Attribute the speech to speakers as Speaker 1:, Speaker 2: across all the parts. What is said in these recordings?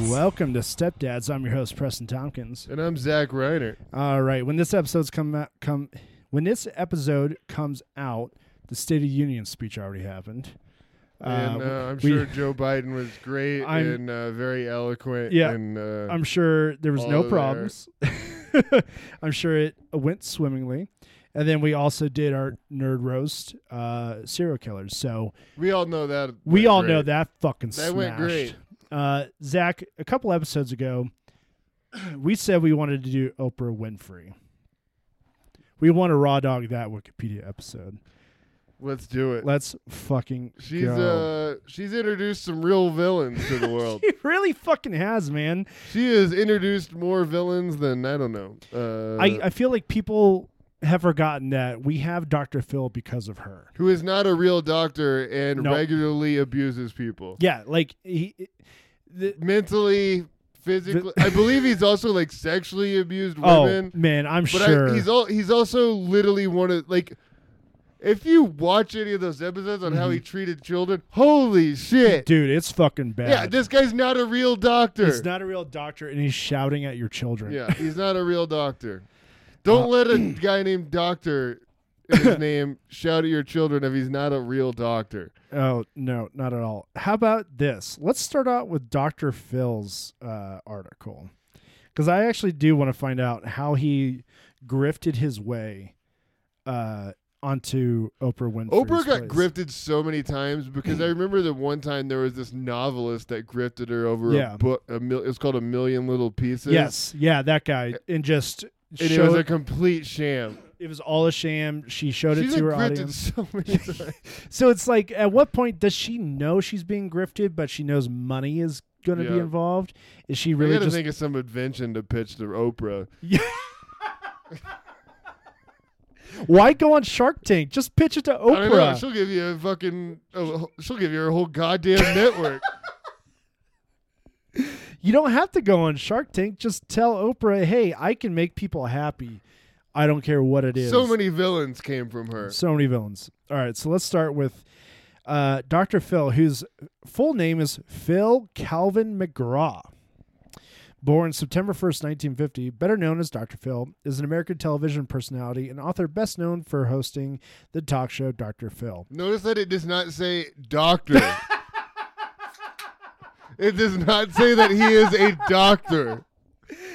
Speaker 1: Welcome to Stepdads. I'm your host Preston Tompkins.
Speaker 2: And I'm Zach Reiner.
Speaker 1: All right, when this episode's come out, come when this episode comes out, the State of Union speech already happened.
Speaker 2: and uh, I'm
Speaker 1: we-
Speaker 2: sure Joe Biden was great
Speaker 1: I'm-
Speaker 2: and uh, very eloquent.
Speaker 1: Yeah,
Speaker 2: and uh,
Speaker 1: I'm sure there was
Speaker 2: all
Speaker 1: no
Speaker 2: over there.
Speaker 1: problems. I'm sure it went swimmingly. And then we also did our nerd roast, uh, serial killers. So
Speaker 2: we all know that.
Speaker 1: we
Speaker 2: went
Speaker 1: all know
Speaker 2: great.
Speaker 1: that fucking
Speaker 2: That went
Speaker 1: smashed.
Speaker 2: great.
Speaker 1: Uh, Zach, a couple episodes ago, we said we wanted to do Oprah Winfrey. We want to raw dog that Wikipedia episode.
Speaker 2: Let's do it.
Speaker 1: Let's fucking
Speaker 2: She's
Speaker 1: go.
Speaker 2: uh she's introduced some real villains to the world.
Speaker 1: She really fucking has, man.
Speaker 2: she has introduced more villains than I don't know. Uh,
Speaker 1: I, I feel like people have forgotten that we have Dr. Phil because of her.
Speaker 2: who is not a real doctor and
Speaker 1: No.
Speaker 2: regularly abuses people
Speaker 1: Yeah, like he, the,
Speaker 2: mentally, physically. I believe he's also like sexually abused women.
Speaker 1: oh man, I'm
Speaker 2: But
Speaker 1: sure.
Speaker 2: I, he's all, he's also literally one of like if you watch any of those episodes on
Speaker 1: Mm-hmm.
Speaker 2: how he treated children, holy shit.
Speaker 1: Dude, it's fucking bad.
Speaker 2: yeah, this guy's not a real doctor.
Speaker 1: He's not a real doctor, and he's shouting at your children.
Speaker 2: yeah, he's not a real doctor.
Speaker 1: Uh,
Speaker 2: Don't let a guy named Doctor in his name shout at your children if he's not a real doctor.
Speaker 1: Oh no, not at all. How about this? Let's start out with Dr. Phil's uh, article, because I actually do want to find out how he grifted his way uh, onto Oprah Winfrey.
Speaker 2: Oprah got grifted so many times because I remember that one time there was this novelist that grifted her over
Speaker 1: Yeah.
Speaker 2: a book. A mil- it was called A Million Little Pieces.
Speaker 1: Yes, yeah, that guy, and just
Speaker 2: and it
Speaker 1: showed-
Speaker 2: was a complete sham.
Speaker 1: all a sham. She showed it
Speaker 2: She's
Speaker 1: to
Speaker 2: been
Speaker 1: her
Speaker 2: grifted
Speaker 1: audience.
Speaker 2: so many times.
Speaker 1: So it's like, at what point does she know she's being grifted, but she knows money is going to be
Speaker 2: Yeah.
Speaker 1: involved? Is she
Speaker 2: I
Speaker 1: really
Speaker 2: gotta
Speaker 1: just?
Speaker 2: think of some invention to pitch to Oprah.
Speaker 1: Why go on Shark Tank? Just pitch it to
Speaker 2: I don't know.
Speaker 1: Oprah.
Speaker 2: She'll give you a fucking. a- she'll give you a whole goddamn network.
Speaker 1: you don't have to go on Shark Tank. Just tell Oprah, hey, I can make people happy. I don't care what it is.
Speaker 2: so many villains came from her.
Speaker 1: so many villains. All right, so let's start with uh, Dr. Phil, whose full name is Phil Calvin McGraw. Born September 1st, 1950, better known as Dr. Phil, is an American television personality and author best known for hosting the talk show Dr. Phil.
Speaker 2: Notice that it does not say doctor. it does not say that he is a doctor.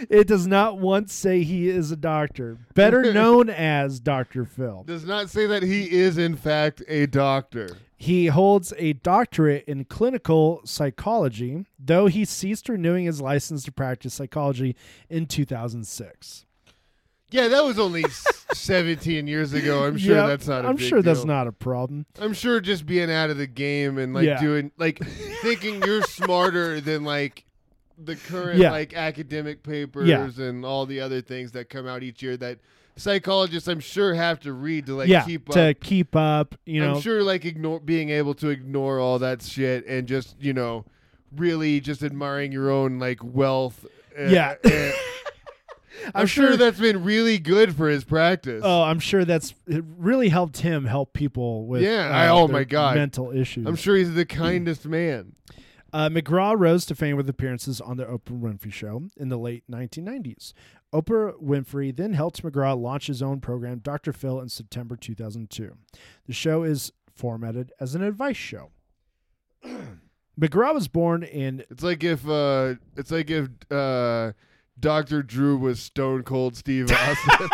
Speaker 1: It does not once say he is a doctor, better known as Dr. Phil.
Speaker 2: Does not say that he is in fact a doctor.
Speaker 1: He holds a doctorate in clinical psychology, though he ceased renewing his license to practice psychology in 2006.
Speaker 2: Yeah, that was only s- seventeen years ago. I'm sure
Speaker 1: Yeah,
Speaker 2: that's not. A
Speaker 1: I'm
Speaker 2: big
Speaker 1: sure that's
Speaker 2: deal.
Speaker 1: not a problem.
Speaker 2: I'm sure just being out of the game and like
Speaker 1: Yeah.
Speaker 2: doing like thinking you're smarter than like the current
Speaker 1: Yeah.
Speaker 2: like academic papers and all the other things that come out each year that psychologists I'm sure have to read to like
Speaker 1: yeah,
Speaker 2: keep
Speaker 1: to
Speaker 2: up.
Speaker 1: keep up, you know.
Speaker 2: I'm sure like ignore being able to ignore all that shit and just, you know, really just admiring your own like wealth. and-
Speaker 1: Yeah.
Speaker 2: and- I'm, sure,
Speaker 1: sure-
Speaker 2: that's been really good for his practice.
Speaker 1: Oh, I'm sure that's it really helped him help people with
Speaker 2: Yeah,
Speaker 1: uh,
Speaker 2: I- oh
Speaker 1: their
Speaker 2: my God.
Speaker 1: mental issues.
Speaker 2: I'm sure he's the kindest man.
Speaker 1: Uh, McGraw rose to fame with appearances on the Oprah Winfrey Show in the late 1990s. Oprah Winfrey then helped McGraw launch his own program, Dr. Phil, in September 2002. The show is formatted as an advice show. McGraw was born in
Speaker 2: It's like if uh, it's like if uh, Doctor Drew was Stone Cold Steve Austin.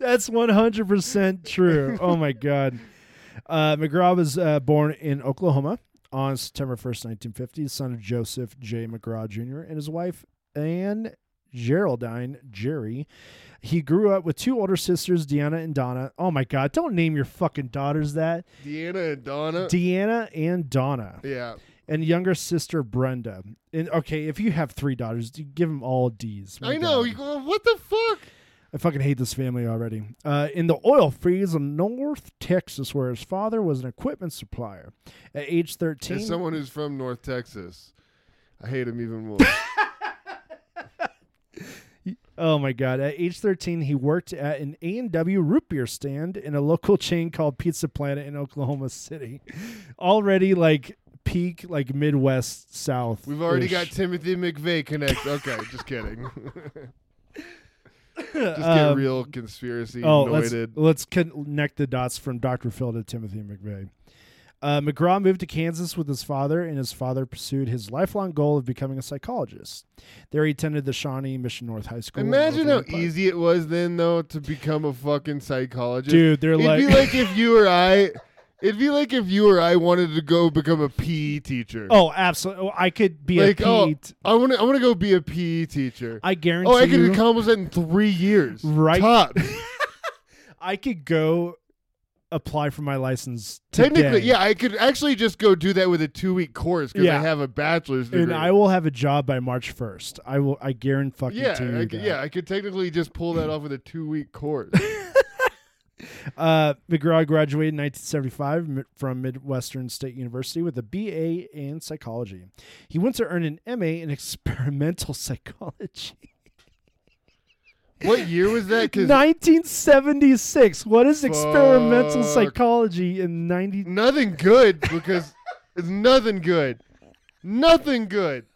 Speaker 1: That's 100% true. Oh my God. Uh, McGraw was uh, born in Oklahoma on September 1st, 1950, son of Joseph J. McGraw Jr. and his wife, Anne Geraldine Jerry. He grew up with two older sisters, Deanna and Donna. Oh my God, don't name your fucking daughters that.
Speaker 2: Deanna and Donna.
Speaker 1: Deanna and Donna,
Speaker 2: yeah,
Speaker 1: and younger sister, Brenda. And okay, if you have three daughters, you give them all D's. My
Speaker 2: I know.
Speaker 1: Oh, God.
Speaker 2: You go, what the fuck?
Speaker 1: I fucking hate this family already. Uh, in the oil fields of North Texas, where his father was an equipment supplier, at age thirteen,
Speaker 2: As someone who's from North Texas, I hate him even more.
Speaker 1: oh my god, at age thirteen, he worked at an A and W root beer stand in a local chain called Pizza Planet in Oklahoma City. Already like peak like Midwest South.
Speaker 2: We've already got Timothy McVeigh connect. Okay, just kidding. just get real conspiracy
Speaker 1: Um, Oh, let's,
Speaker 2: noited.
Speaker 1: let's connect the dots from Dr. Phil to Timothy McVeigh. Uh, McGraw moved to Kansas with his father, and his father pursued his lifelong goal of becoming a psychologist. There, he attended the Shawnee Mission North High School. in
Speaker 2: Imagine how
Speaker 1: Overland Park.
Speaker 2: easy it was then, though, to become a fucking psychologist.
Speaker 1: dude! They're
Speaker 2: it'd
Speaker 1: like,
Speaker 2: be like if you or I, it'd be like if you or I wanted to go become a PE teacher.
Speaker 1: oh, absolutely! Oh, I could be
Speaker 2: like
Speaker 1: a PE.
Speaker 2: oh,
Speaker 1: t-
Speaker 2: I want to, I want to go be a PE teacher.
Speaker 1: I guarantee
Speaker 2: oh, I could
Speaker 1: you,
Speaker 2: accomplish that in three years,
Speaker 1: Right.
Speaker 2: Top.
Speaker 1: I could go apply for my license.
Speaker 2: Technically,
Speaker 1: today,
Speaker 2: yeah, I could actually just go do that with a two-week course because
Speaker 1: Yeah.
Speaker 2: I have a bachelor's degree.
Speaker 1: and I will have a job by March first. I will. I guarantee
Speaker 2: yeah,
Speaker 1: you
Speaker 2: I
Speaker 1: that.
Speaker 2: could, yeah, I could technically just pull that off with a two-week course.
Speaker 1: Uh, McGraw graduated in 1975 mi- from Midwestern State University with a BA in psychology. He went to earn an MA in experimental psychology.
Speaker 2: what year was that? Because
Speaker 1: 1976. What is experimental
Speaker 2: Fuck.
Speaker 1: psychology in 90?
Speaker 2: nothing good. Because it's nothing good. Nothing good.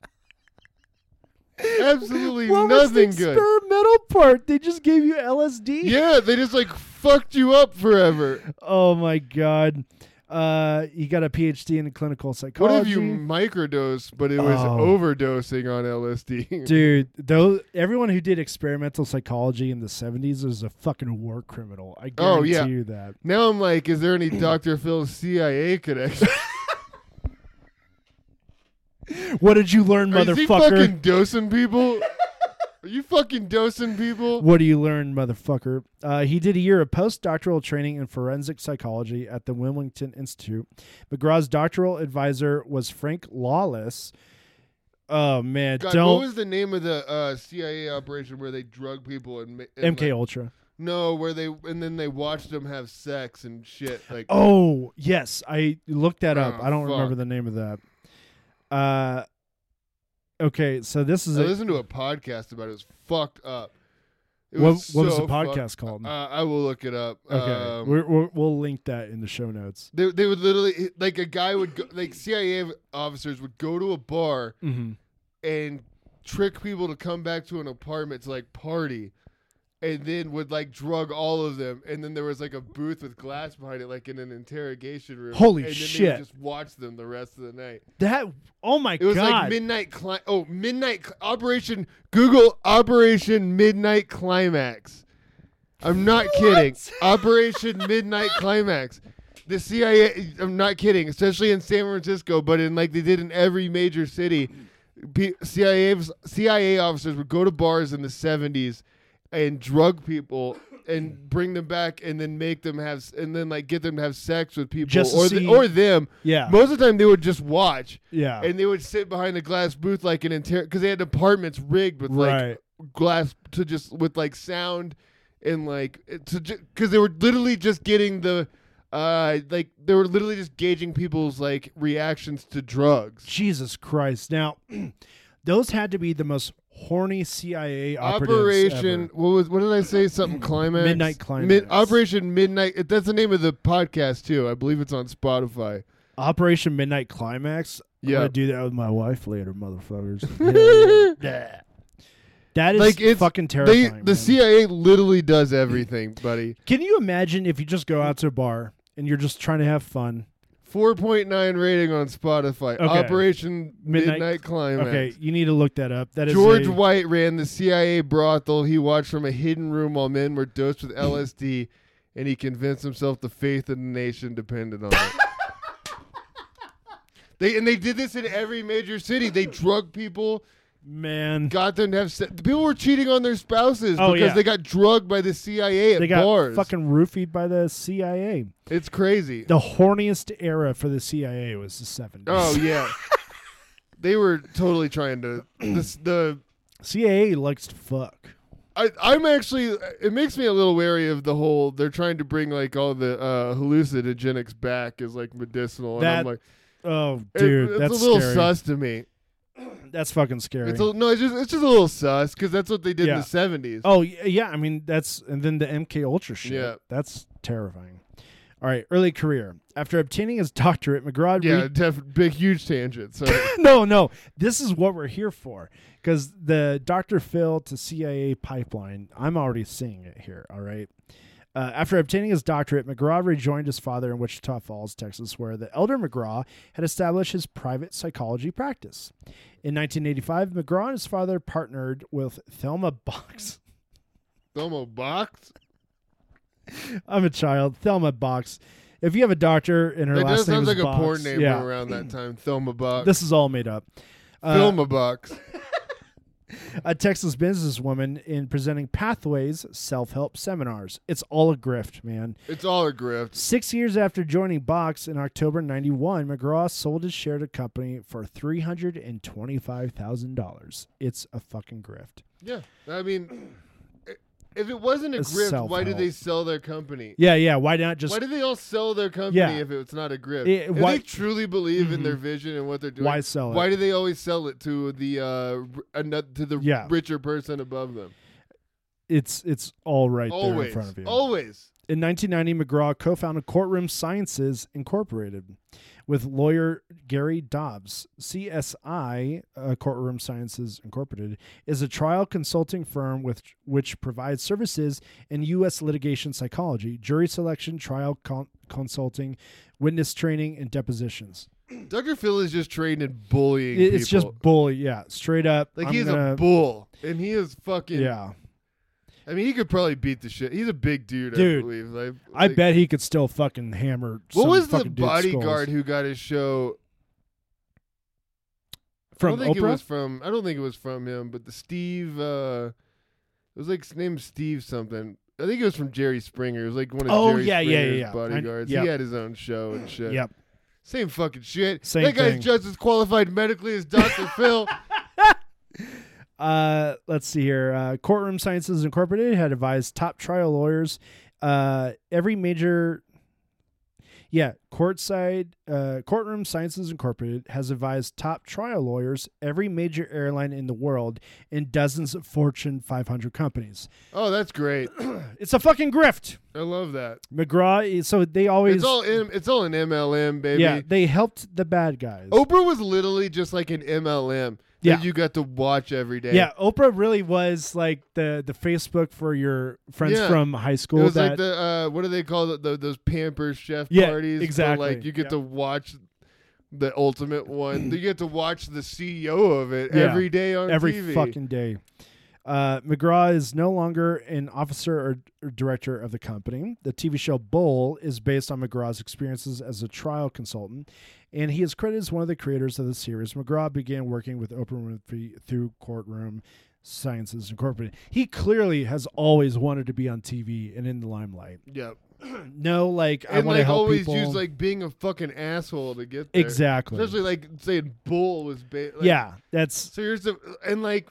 Speaker 2: Absolutely
Speaker 1: What was the
Speaker 2: nothing good.
Speaker 1: experimental part? They just gave you LSD.
Speaker 2: Yeah, they just like fucked you up forever.
Speaker 1: Oh my god. Uh, he got a PhD in clinical
Speaker 2: What
Speaker 1: psychology.
Speaker 2: if you microdose, but it was
Speaker 1: Oh.
Speaker 2: overdosing on LSD?
Speaker 1: Dude, though everyone who did experimental psychology in the seventies was a fucking war criminal. I guarantee
Speaker 2: Oh, yeah.
Speaker 1: you that.
Speaker 2: Now I'm like, is there any Dr. Phil CIA connection?
Speaker 1: What did you learn,
Speaker 2: Are you
Speaker 1: motherfucker?
Speaker 2: fucking dosing people? Are you fucking dosing people?
Speaker 1: What do you learn, motherfucker? Uh, he did a year of postdoctoral training in forensic psychology at the Wilmington Institute. McGraw's doctoral advisor was Frank Lawless. Oh man,
Speaker 2: God,
Speaker 1: don't
Speaker 2: what was the name of the uh, CIA operation where they drug people and, ma- and
Speaker 1: MK
Speaker 2: like-
Speaker 1: Ultra.
Speaker 2: no, where they and then they watched them have sex and shit. Like,
Speaker 1: Oh yes, I looked that up.
Speaker 2: Oh,
Speaker 1: I don't remember
Speaker 2: fuck.
Speaker 1: the name of that. Uh, okay, so this is
Speaker 2: I
Speaker 1: a-
Speaker 2: listened to a podcast about it. It was fucked up. It
Speaker 1: what, what was
Speaker 2: so
Speaker 1: the podcast called?
Speaker 2: fucked- Uh, I will look it up.
Speaker 1: Okay,
Speaker 2: Um,
Speaker 1: we're, we're, we'll link that in the show notes.
Speaker 2: They, they would literally like a guy would go, like CIA officers would go to a bar
Speaker 1: Mm-hmm.
Speaker 2: and trick people to come back to an apartment to like party, and then would like drug all of them, and then there was like a booth with glass behind it, like in an interrogation room.
Speaker 1: Holy
Speaker 2: and then They
Speaker 1: shit.
Speaker 2: would just watch them the rest of the night.
Speaker 1: That oh my
Speaker 2: It was
Speaker 1: god!
Speaker 2: like midnight. Cli- oh, midnight Cl- Operation Google Operation Midnight Climax. I'm not kidding. Operation Midnight Climax. The CIA. I'm not kidding. Especially in San Francisco, but in like they did in every major city. P- CIA of- CIA officers would go to bars in the 70s and drug people and bring them back and then make them have s- and then like get them to have sex with people
Speaker 1: Just to
Speaker 2: or th-
Speaker 1: see-
Speaker 2: or them.
Speaker 1: yeah,
Speaker 2: Most of the time they would just watch
Speaker 1: yeah,
Speaker 2: and they would sit behind a glass booth like an interior because they had apartments rigged with like
Speaker 1: right.
Speaker 2: glass to just with like sound and like it- to because they were literally just getting the uh like they were literally just gauging people's like reactions to drugs
Speaker 1: Jesus Christ! Now, those had to be the most horny CIA operatives
Speaker 2: operation
Speaker 1: ever. Mm-hmm.
Speaker 2: what was what did i say something climax
Speaker 1: Midnight Climax.
Speaker 2: operation midnight that's the name of the podcast too i believe it's on spotify
Speaker 1: Operation Midnight Climax. I'm
Speaker 2: Yeah.
Speaker 1: gonna do that with my wife later, motherfuckers. Yeah, yeah. that is
Speaker 2: Like, it's-
Speaker 1: fucking
Speaker 2: they,
Speaker 1: terrifying.
Speaker 2: the
Speaker 1: man.
Speaker 2: cia literally does everything buddy
Speaker 1: Can you imagine if you just go out to a bar and you're just trying to have fun?
Speaker 2: 4.9 rating on Spotify.
Speaker 1: Okay.
Speaker 2: Operation
Speaker 1: Midnight-
Speaker 2: Midnight, Climax.
Speaker 1: Okay, you need to look that up. That is
Speaker 2: George
Speaker 1: a-
Speaker 2: White ran the CIA brothel he watched from a hidden room while men were dosed with LSD, and he convinced himself the faith of the nation depended on it. they and they did this in every major city. They drug people,
Speaker 1: man.
Speaker 2: got them to have sex. People were cheating on their spouses
Speaker 1: Oh,
Speaker 2: because
Speaker 1: yeah.
Speaker 2: they got drugged by the CIA at
Speaker 1: They got
Speaker 2: bars.
Speaker 1: fucking roofied by the CIA.
Speaker 2: it's crazy.
Speaker 1: The horniest era for the CIA was the 70s.
Speaker 2: Oh yeah, they were totally trying to this, the
Speaker 1: CIA likes to fuck.
Speaker 2: I, I'm actually. It makes me a little wary of the whole. They're trying to bring like all the uh, hallucinogenics back as like medicinal, and I'm
Speaker 1: That-
Speaker 2: like,
Speaker 1: Oh,
Speaker 2: it-
Speaker 1: dude,
Speaker 2: it's
Speaker 1: that's
Speaker 2: a little
Speaker 1: scary.
Speaker 2: sus to me.
Speaker 1: That's fucking scary.
Speaker 2: It's a, no, it's just it's just a little sus because that's what they did
Speaker 1: Yeah.
Speaker 2: in the '70s.
Speaker 1: oh y- yeah, I mean that's and then the MK Ultra shit.
Speaker 2: Yeah.
Speaker 1: that's terrifying. All right, early career. After obtaining his doctorate, McGraw
Speaker 2: Yeah,
Speaker 1: re-
Speaker 2: def- big huge tangent. So
Speaker 1: no, no. This is what we're here for. Because the Dr. Phil to CIA pipeline, I'm already seeing it here. All right. Uh, after obtaining his doctorate, McGraw rejoined his father in Wichita Falls, Texas, where the elder McGraw had established his private psychology practice. In 1985, McGraw and his father partnered with Thelma Box.
Speaker 2: Thomo Box.
Speaker 1: I'm a child. Thelma Box. If you have a doctor and her
Speaker 2: That
Speaker 1: last
Speaker 2: does
Speaker 1: name
Speaker 2: sound
Speaker 1: is
Speaker 2: like
Speaker 1: Box,
Speaker 2: a porn name
Speaker 1: yeah,
Speaker 2: around that time. Thelma Box.
Speaker 1: this is all made up. Uh,
Speaker 2: Thelma Box.
Speaker 1: a Texas businesswoman in presenting pathways self help seminars. It's all a grift, man.
Speaker 2: It's all a grift.
Speaker 1: Six years after joining Box in October 91, McGraw sold his share to company for $325,000. It's a fucking grift.
Speaker 2: Yeah, I mean, if it wasn't a
Speaker 1: It's
Speaker 2: grift, why did
Speaker 1: self-help.
Speaker 2: they sell their company?
Speaker 1: Yeah, yeah. Why not just.
Speaker 2: Why did they all sell their company
Speaker 1: Yeah.
Speaker 2: if it's not a grift?
Speaker 1: It-
Speaker 2: if
Speaker 1: why- Mm-hmm.
Speaker 2: they truly believe in their vision and what they're doing,
Speaker 1: Why sell it?
Speaker 2: Why do they always sell it to the uh, r- ano- to the
Speaker 1: Yeah.
Speaker 2: richer person above them?
Speaker 1: it's it's all right there in
Speaker 2: always,
Speaker 1: front of you.
Speaker 2: always.
Speaker 1: In 1990, McGraw co founded Courtroom Sciences Incorporated with lawyer Gary Dobbs. CSI, uh, Courtroom Sciences Incorporated, is a trial consulting firm with, which provides services in U.S. litigation psychology, jury selection, trial con- consulting, witness training, and depositions.
Speaker 2: Dr. Phil is just trained in bullying.
Speaker 1: It- it's
Speaker 2: people.
Speaker 1: just bull, yeah, straight up.
Speaker 2: like
Speaker 1: I'm
Speaker 2: he is
Speaker 1: gonna-
Speaker 2: a bull, and he is fucking.
Speaker 1: Yeah.
Speaker 2: I mean, he could probably beat the shit. He's a big dude, I
Speaker 1: Dude,
Speaker 2: believe. Like,
Speaker 1: I
Speaker 2: like-
Speaker 1: bet he could still fucking hammer.
Speaker 2: What
Speaker 1: some
Speaker 2: was the
Speaker 1: fucking dude's skulls.
Speaker 2: bodyguard who got his show I
Speaker 1: from
Speaker 2: don't think
Speaker 1: Oprah?
Speaker 2: it was from I don't think it was from him, but the Steve uh it was like his name Steve something. I think it was from Jerry Springer. It was like one of
Speaker 1: Oh,
Speaker 2: Jerry
Speaker 1: yeah, yeah, yeah,
Speaker 2: Springer's
Speaker 1: yeah. I-
Speaker 2: bodyguards.
Speaker 1: yep.
Speaker 2: He had his own show and shit.
Speaker 1: Yep.
Speaker 2: Same fucking shit.
Speaker 1: Same
Speaker 2: that guy's
Speaker 1: thing.
Speaker 2: just as qualified medically as Dr. Phil.
Speaker 1: Uh, let's see here. Uh, Courtroom Sciences Incorporated had advised top trial lawyers. Uh, every major, yeah, courtside uh, Courtroom Sciences Incorporated has advised top trial lawyers every major airline in the world and dozens of Fortune 500 companies.
Speaker 2: Oh, that's great.
Speaker 1: It's a fucking grift,
Speaker 2: I love that.
Speaker 1: McGraw. is- So they always,
Speaker 2: It's all in, it's all an MLM, baby.
Speaker 1: yeah, they helped the bad guys.
Speaker 2: Oprah was literally just like an MLM that
Speaker 1: Yeah.
Speaker 2: you got to watch every day.
Speaker 1: yeah, Oprah really was like the the Facebook for your friends
Speaker 2: Yeah.
Speaker 1: from high
Speaker 2: It
Speaker 1: school.
Speaker 2: was
Speaker 1: that
Speaker 2: like the uh, what do they call the, the, those Pampers chef
Speaker 1: Yeah,
Speaker 2: parties? but,
Speaker 1: exactly.
Speaker 2: like you get
Speaker 1: Yeah.
Speaker 2: to watch the ultimate one. you get to watch the CEO of it
Speaker 1: Yeah.
Speaker 2: every day on
Speaker 1: every
Speaker 2: TV.
Speaker 1: fucking day. Uh, McGraw is no longer an officer or, or director of the company. The TV show Bull is based on McGraw's experiences as a trial consultant, and he is credited as one of the creators of the series. McGraw began working with Oprah Winfrey through Courtroom Sciences Incorporated. He clearly has always wanted to be on TV and in the limelight.
Speaker 2: Yep.
Speaker 1: No, like I
Speaker 2: and
Speaker 1: want to
Speaker 2: like
Speaker 1: help
Speaker 2: always
Speaker 1: people.
Speaker 2: use like being a fucking asshole to get there.
Speaker 1: exactly.
Speaker 2: Especially like saying bull was ba- like,
Speaker 1: yeah, that's
Speaker 2: So here's the and like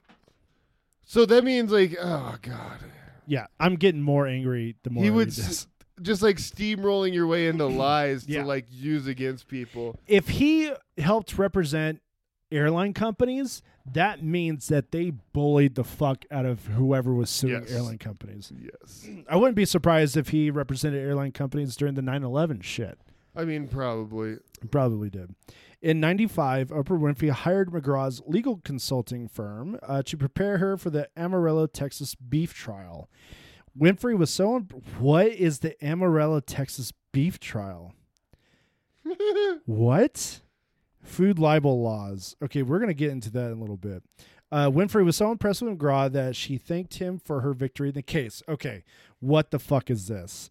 Speaker 2: so that means like oh god.
Speaker 1: yeah. I'm getting more angry the more
Speaker 2: He
Speaker 1: I
Speaker 2: would
Speaker 1: read this.
Speaker 2: s- just like steamrolling your way into lies
Speaker 1: Yeah.
Speaker 2: to like use against people.
Speaker 1: if he helped represent airline companies, that means that they bullied the fuck out of whoever was suing
Speaker 2: Yes.
Speaker 1: airline companies.
Speaker 2: Yes.
Speaker 1: I wouldn't be surprised if he represented airline companies during the 9 11 shit.
Speaker 2: I mean probably.
Speaker 1: He Probably did. In 95, Oprah Winfrey hired McGraw's legal consulting firm uh, to prepare her for the Amarillo, Texas beef trial. Winfrey was so. Imp- what is the Amarillo, Texas beef trial? What? Food libel laws. Okay, we're going to get into that in a little bit. Uh, Winfrey was so impressed with McGraw that she thanked him for her victory in the case. Okay, what the fuck is this?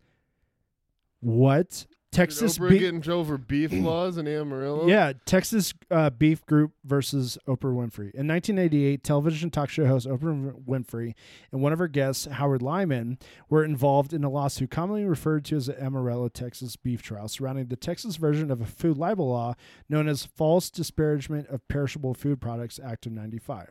Speaker 1: What? Texas
Speaker 2: Did Oprah
Speaker 1: beef.
Speaker 2: get in trouble for beef laws in Amarillo?
Speaker 1: Yeah, Texas uh, Beef Group versus Oprah Winfrey. In 1988, television talk show host Oprah Winfrey and one of her guests, Howard Lyman, were involved in a lawsuit commonly referred to as the Amarillo, Texas beef trial surrounding the Texas version of a food libel law known as False Disparagement of Perishable Food Products Act of 95.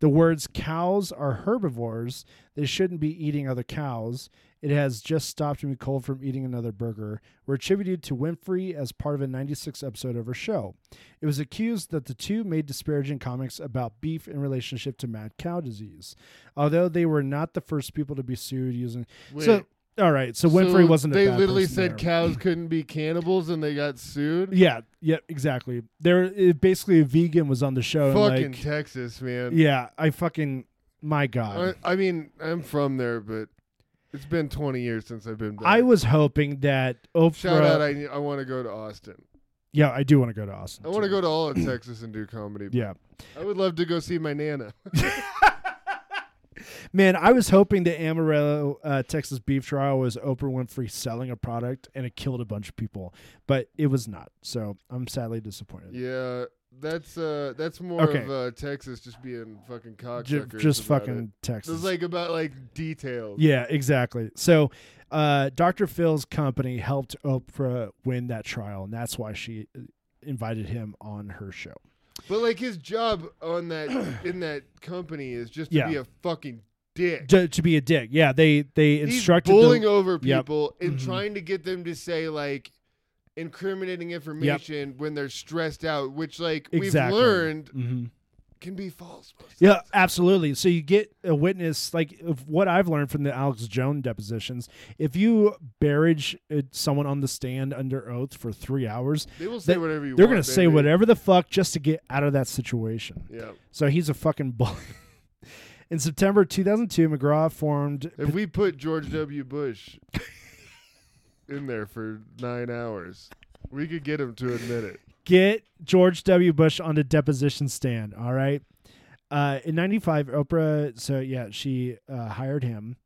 Speaker 1: The words cows are herbivores, they shouldn't be eating other cows. It has just stopped me cold from eating another burger were attributed to Winfrey as part of a 96 episode of her show. It was accused that the two made disparaging comments about beef in relationship to mad cow disease, although they were not the first people to be sued using.
Speaker 2: Wait,
Speaker 1: So All right, so Winfrey wasn't. A
Speaker 2: They
Speaker 1: bad
Speaker 2: literally
Speaker 1: person
Speaker 2: said
Speaker 1: there.
Speaker 2: cows couldn't be cannibals, and they got sued.
Speaker 1: Yeah, yeah, exactly. There, it, basically, a vegan was on the show.
Speaker 2: Fucking
Speaker 1: and like,
Speaker 2: Texas, man.
Speaker 1: yeah, I fucking, my
Speaker 2: I,
Speaker 1: God.
Speaker 2: I mean, I'm from there, but it's been 20 years since I've been back.
Speaker 1: I, was hoping that Oprah.
Speaker 2: Shout out! I I want to go to Austin.
Speaker 1: yeah, I do want to go to Austin.
Speaker 2: I want to
Speaker 1: too.
Speaker 2: go to all of Texas and do comedy.
Speaker 1: Yeah,
Speaker 2: I would love to go see my nana.
Speaker 1: man, I was hoping the Amarillo, uh, Texas beef trial was Oprah Winfrey selling a product and it killed a bunch of people, but it was not. So I'm sadly disappointed.
Speaker 2: yeah, that's uh, that's more
Speaker 1: Okay.
Speaker 2: of uh, Texas just being fucking
Speaker 1: Ju-
Speaker 2: cocksuckers.
Speaker 1: just
Speaker 2: about
Speaker 1: fucking
Speaker 2: It. It's
Speaker 1: Texas.
Speaker 2: like about like details.
Speaker 1: Yeah, exactly. So, uh, Dr. Phil's company helped Oprah win that trial, and that's why she uh, invited him on her show.
Speaker 2: But like his job on that in that company is just to
Speaker 1: Yeah.
Speaker 2: be a fucking dick.
Speaker 1: To, to be a dick. Yeah, they they
Speaker 2: He's
Speaker 1: instructed
Speaker 2: bullying
Speaker 1: the,
Speaker 2: over
Speaker 1: Yep.
Speaker 2: people and
Speaker 1: Mhm.
Speaker 2: trying to get them to say like incriminating information when they're stressed out, which like
Speaker 1: Exactly.
Speaker 2: we've learned
Speaker 1: Mhm.
Speaker 2: can be false. most of the
Speaker 1: Yeah, absolutely. So you get a witness like of what I've learned from the Alex Jones depositions. If you barrage uh, someone on the stand under oath for 3 hours,
Speaker 2: They will say
Speaker 1: They-
Speaker 2: whatever you
Speaker 1: they're
Speaker 2: want.
Speaker 1: going to say
Speaker 2: baby.
Speaker 1: whatever the fuck just to get out of that situation.
Speaker 2: Yeah.
Speaker 1: So he's a fucking bully. In September 2002, McGraw formed
Speaker 2: If we put George W. Bush in there for nine hours, we could get him to admit it.
Speaker 1: Get George W. Bush on the deposition stand, all right? Uh, in 95, Oprah, so yeah, she uh, hired him.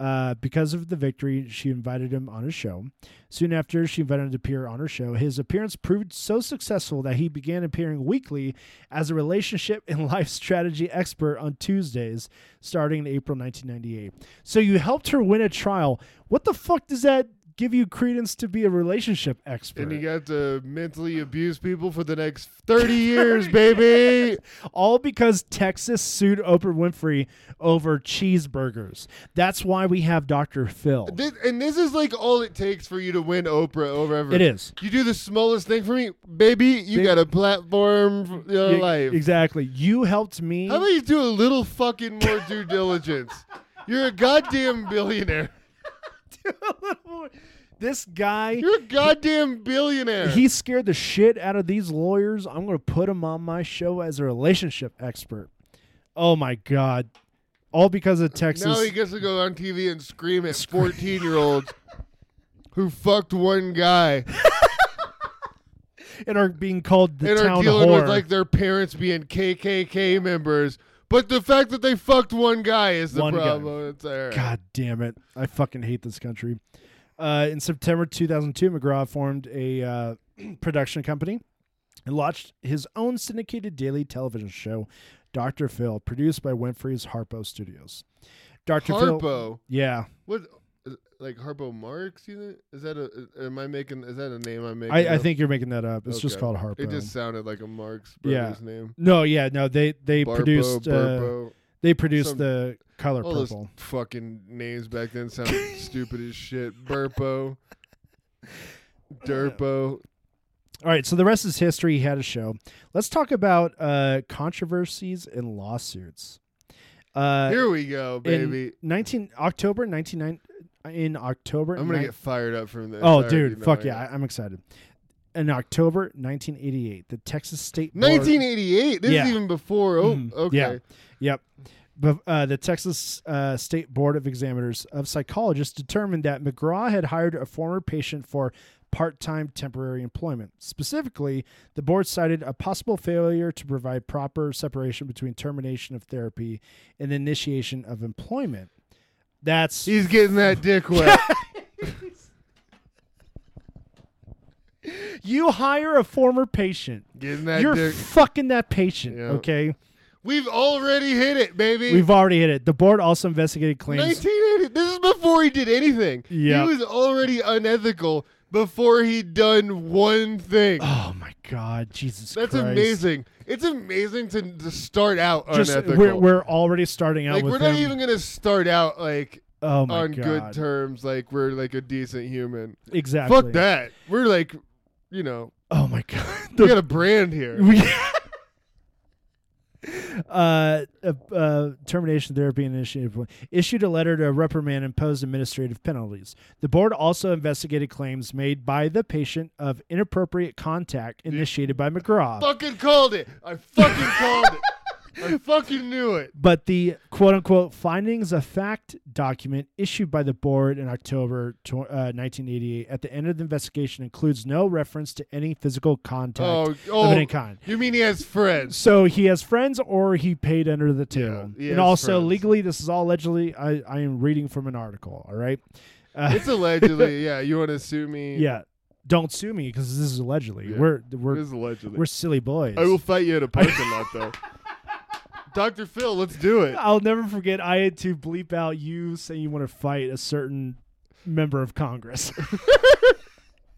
Speaker 1: Uh, because of the victory, she invited him on her show. Soon after, she invited him to appear on her show. His appearance proved so successful that he began appearing weekly as a relationship and life strategy expert on Tuesdays, starting in April 1998. So you helped her win a trial. What the fuck does that give you credence to be a relationship expert?
Speaker 2: And you got to mentally abuse people for the next 30 years, baby.
Speaker 1: all because Texas sued Oprah Winfrey over cheeseburgers. That's why we have Dr. Phil.
Speaker 2: This, and this is like all it takes for you to win Oprah over ever.
Speaker 1: It is.
Speaker 2: You do the smallest thing for me, baby. You
Speaker 1: Ba-
Speaker 2: got a platform for your
Speaker 1: E-
Speaker 2: life.
Speaker 1: Exactly. You helped me.
Speaker 2: How about you do a little fucking more due diligence? You're a goddamn billionaire.
Speaker 1: this guy,
Speaker 2: You're a goddamn billionaire.
Speaker 1: he scared the shit out of these lawyers. I'm going to put him on my show as a relationship expert. Oh my God. All because of Texas.
Speaker 2: Now he gets to go on TV and scream at 14 year olds who fucked one guy
Speaker 1: and are being called the
Speaker 2: and are
Speaker 1: town
Speaker 2: dealing
Speaker 1: whore.
Speaker 2: with like their parents being KKK members. But the fact that they fucked one guy is the
Speaker 1: One guy.
Speaker 2: problem. It's uh, all right.
Speaker 1: God damn it. I fucking hate this country. Uh, in September 2002, McGraw formed a uh, production company and launched his own syndicated daily television show, Dr. Phil, produced by Winfrey's Harpo Studios. Dr. Phil.
Speaker 2: Harpo.
Speaker 1: Yeah.
Speaker 2: What? is- Like Harpo Marx? You think? Is that a? Am I making? Is that a name I'm making?
Speaker 1: I, I
Speaker 2: up?
Speaker 1: think you're making that up. It's just
Speaker 2: Okay.
Speaker 1: called Harpo.
Speaker 2: It just sounded like a Marx
Speaker 1: Yeah.
Speaker 2: brother's name.
Speaker 1: no, yeah, no. They they
Speaker 2: Barbo,
Speaker 1: produced uh,
Speaker 2: Burpo.
Speaker 1: they produced
Speaker 2: some-
Speaker 1: the color
Speaker 2: all
Speaker 1: purple.
Speaker 2: those fucking names back then sounded stupid as shit. Burpo, Derpo.
Speaker 1: All right, so the rest is history. He had a show. Let's talk about uh, controversies and lawsuits. Uh,
Speaker 2: Here we go, baby.
Speaker 1: in 19 October 19 in October
Speaker 2: I'm gonna
Speaker 1: nine-
Speaker 2: get fired up from this. I
Speaker 1: Oh
Speaker 2: already
Speaker 1: dude,
Speaker 2: know
Speaker 1: fuck
Speaker 2: I
Speaker 1: yeah,
Speaker 2: am.
Speaker 1: I, am excited. In October 1988, the Texas State Board-
Speaker 2: 1988. This
Speaker 1: Yeah.
Speaker 2: is even before. Oh,
Speaker 1: Mhm.
Speaker 2: okay.
Speaker 1: Yeah. Yep. But, uh, the Texas uh, State Board of Examiners of Psychologists determined that McGraw had hired a former patient for part time temporary employment. Specifically, the board cited a possible failure to provide proper separation between termination of therapy and initiation of employment. That's
Speaker 2: He's getting that dick wet.
Speaker 1: you hire a former patient.
Speaker 2: getting that
Speaker 1: You're
Speaker 2: dick.
Speaker 1: fucking that patient,
Speaker 2: Yeah.
Speaker 1: okay?
Speaker 2: We've already hit it, baby.
Speaker 1: We've already hit it. The board also investigated claims.
Speaker 2: 1980. This is before he did anything.
Speaker 1: Yeah.
Speaker 2: He was already unethical before he'd done one thing.
Speaker 1: Oh my god, Jesus
Speaker 2: That's
Speaker 1: Christ.
Speaker 2: amazing. It's amazing to, to start out
Speaker 1: Just
Speaker 2: unethical.
Speaker 1: we're, we're already starting out
Speaker 2: like
Speaker 1: with
Speaker 2: we're not
Speaker 1: him.
Speaker 2: even gonna start out like
Speaker 1: oh my
Speaker 2: on
Speaker 1: god.
Speaker 2: good terms. Like we're like a decent human.
Speaker 1: exactly.
Speaker 2: Fuck that. We're like, you know,
Speaker 1: Oh my god.
Speaker 2: we
Speaker 1: The-
Speaker 2: got a brand here.
Speaker 1: we- Uh, uh, uh, termination therapy initiative issued a letter to reprimand and imposed administrative penalties. The board also investigated claims made by the patient of inappropriate contact initiated by McGraw.
Speaker 2: fucking called it. I fucking called it. I fucking knew it.
Speaker 1: But the quote unquote findings of fact document issued by the board in October tw- uh, 1988 at the end of the investigation includes no reference to any physical contact
Speaker 2: Oh,
Speaker 1: of
Speaker 2: oh.
Speaker 1: any kind.
Speaker 2: You mean he has friends?
Speaker 1: So he has friends or he paid under the table.
Speaker 2: he
Speaker 1: and
Speaker 2: has
Speaker 1: also,
Speaker 2: friends.
Speaker 1: legally, this is all allegedly, I, I am reading from an article, all right? Uh,
Speaker 2: It's allegedly. yeah, you want to sue me?
Speaker 1: yeah. Don't sue me because this is allegedly.
Speaker 2: Yeah.
Speaker 1: We're,
Speaker 2: it
Speaker 1: we're,
Speaker 2: is allegedly.
Speaker 1: we're silly boys.
Speaker 2: I will fight you at a parking lot, though. Dr. Phil, let's do it.
Speaker 1: I'll never forget. I had to bleep out you saying you want to fight a certain member of Congress.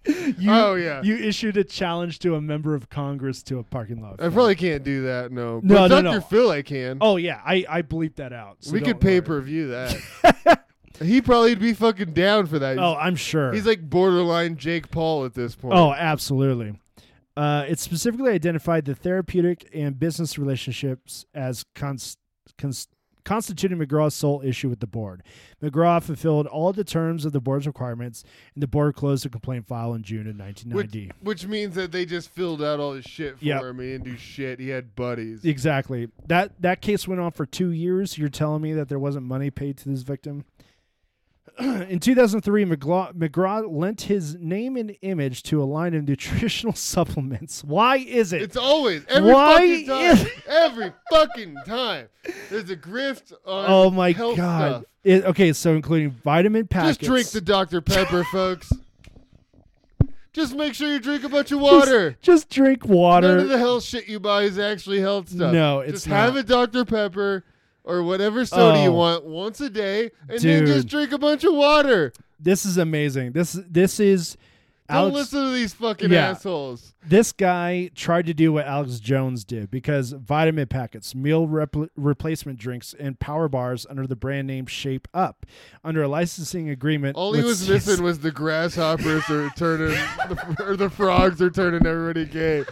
Speaker 1: you,
Speaker 2: oh yeah,
Speaker 1: you issued a challenge to a member of Congress to a parking lot.
Speaker 2: I
Speaker 1: fight.
Speaker 2: probably can't do that. No,
Speaker 1: No, no,
Speaker 2: but Dr.
Speaker 1: no.
Speaker 2: Phil, I can.
Speaker 1: Oh yeah, I I bleeped that out. so
Speaker 2: we
Speaker 1: don't
Speaker 2: could pay
Speaker 1: worry.
Speaker 2: per view that. he probably'd be fucking down for that.
Speaker 1: Oh, I'm sure.
Speaker 2: He's like borderline Jake Paul at this point.
Speaker 1: Oh, absolutely. Uh, it specifically identified the therapeutic and business relationships as cons- cons- constituting McGraw's sole issue with the board. McGraw fulfilled all the terms of the board's requirements, and the board closed the complaint file in June of
Speaker 2: which,
Speaker 1: 1990.
Speaker 2: which means that they just filled out all his shit for
Speaker 1: Yep.
Speaker 2: him. He didn't do shit. He had buddies.
Speaker 1: exactly. That that case went on for two years. You're telling me that there wasn't money paid to this victim? In 2003, McGraw, McGraw lent his name and image to a line of nutritional supplements. Why is it?
Speaker 2: It's always every
Speaker 1: Why
Speaker 2: fucking time.
Speaker 1: is-
Speaker 2: every fucking time. There's a grift on.
Speaker 1: Oh my
Speaker 2: health
Speaker 1: god!
Speaker 2: Stuff.
Speaker 1: It- okay, so including vitamin packets.
Speaker 2: Just drink the Dr. Pepper, folks. Just make sure you drink a bunch of water.
Speaker 1: Just, just drink water.
Speaker 2: None of the health shit you buy is actually health stuff.
Speaker 1: No, it's
Speaker 2: just have
Speaker 1: not.
Speaker 2: a Dr. Pepper or whatever soda you
Speaker 1: Oh.
Speaker 2: want once a day, and then just
Speaker 1: Dude.
Speaker 2: drink a bunch of water.
Speaker 1: this is amazing. This this is
Speaker 2: Don't
Speaker 1: Alex.
Speaker 2: listen to these fucking
Speaker 1: Yeah.
Speaker 2: assholes.
Speaker 1: This guy tried to do what Alex Jones did because vitamin packets, meal repl replacement drinks, and power bars under the brand name Shape Up, under a licensing agreement.
Speaker 2: All he
Speaker 1: with
Speaker 2: was
Speaker 1: CS
Speaker 2: missing was the grasshoppers are turning, the, or the frogs are turning everybody gay.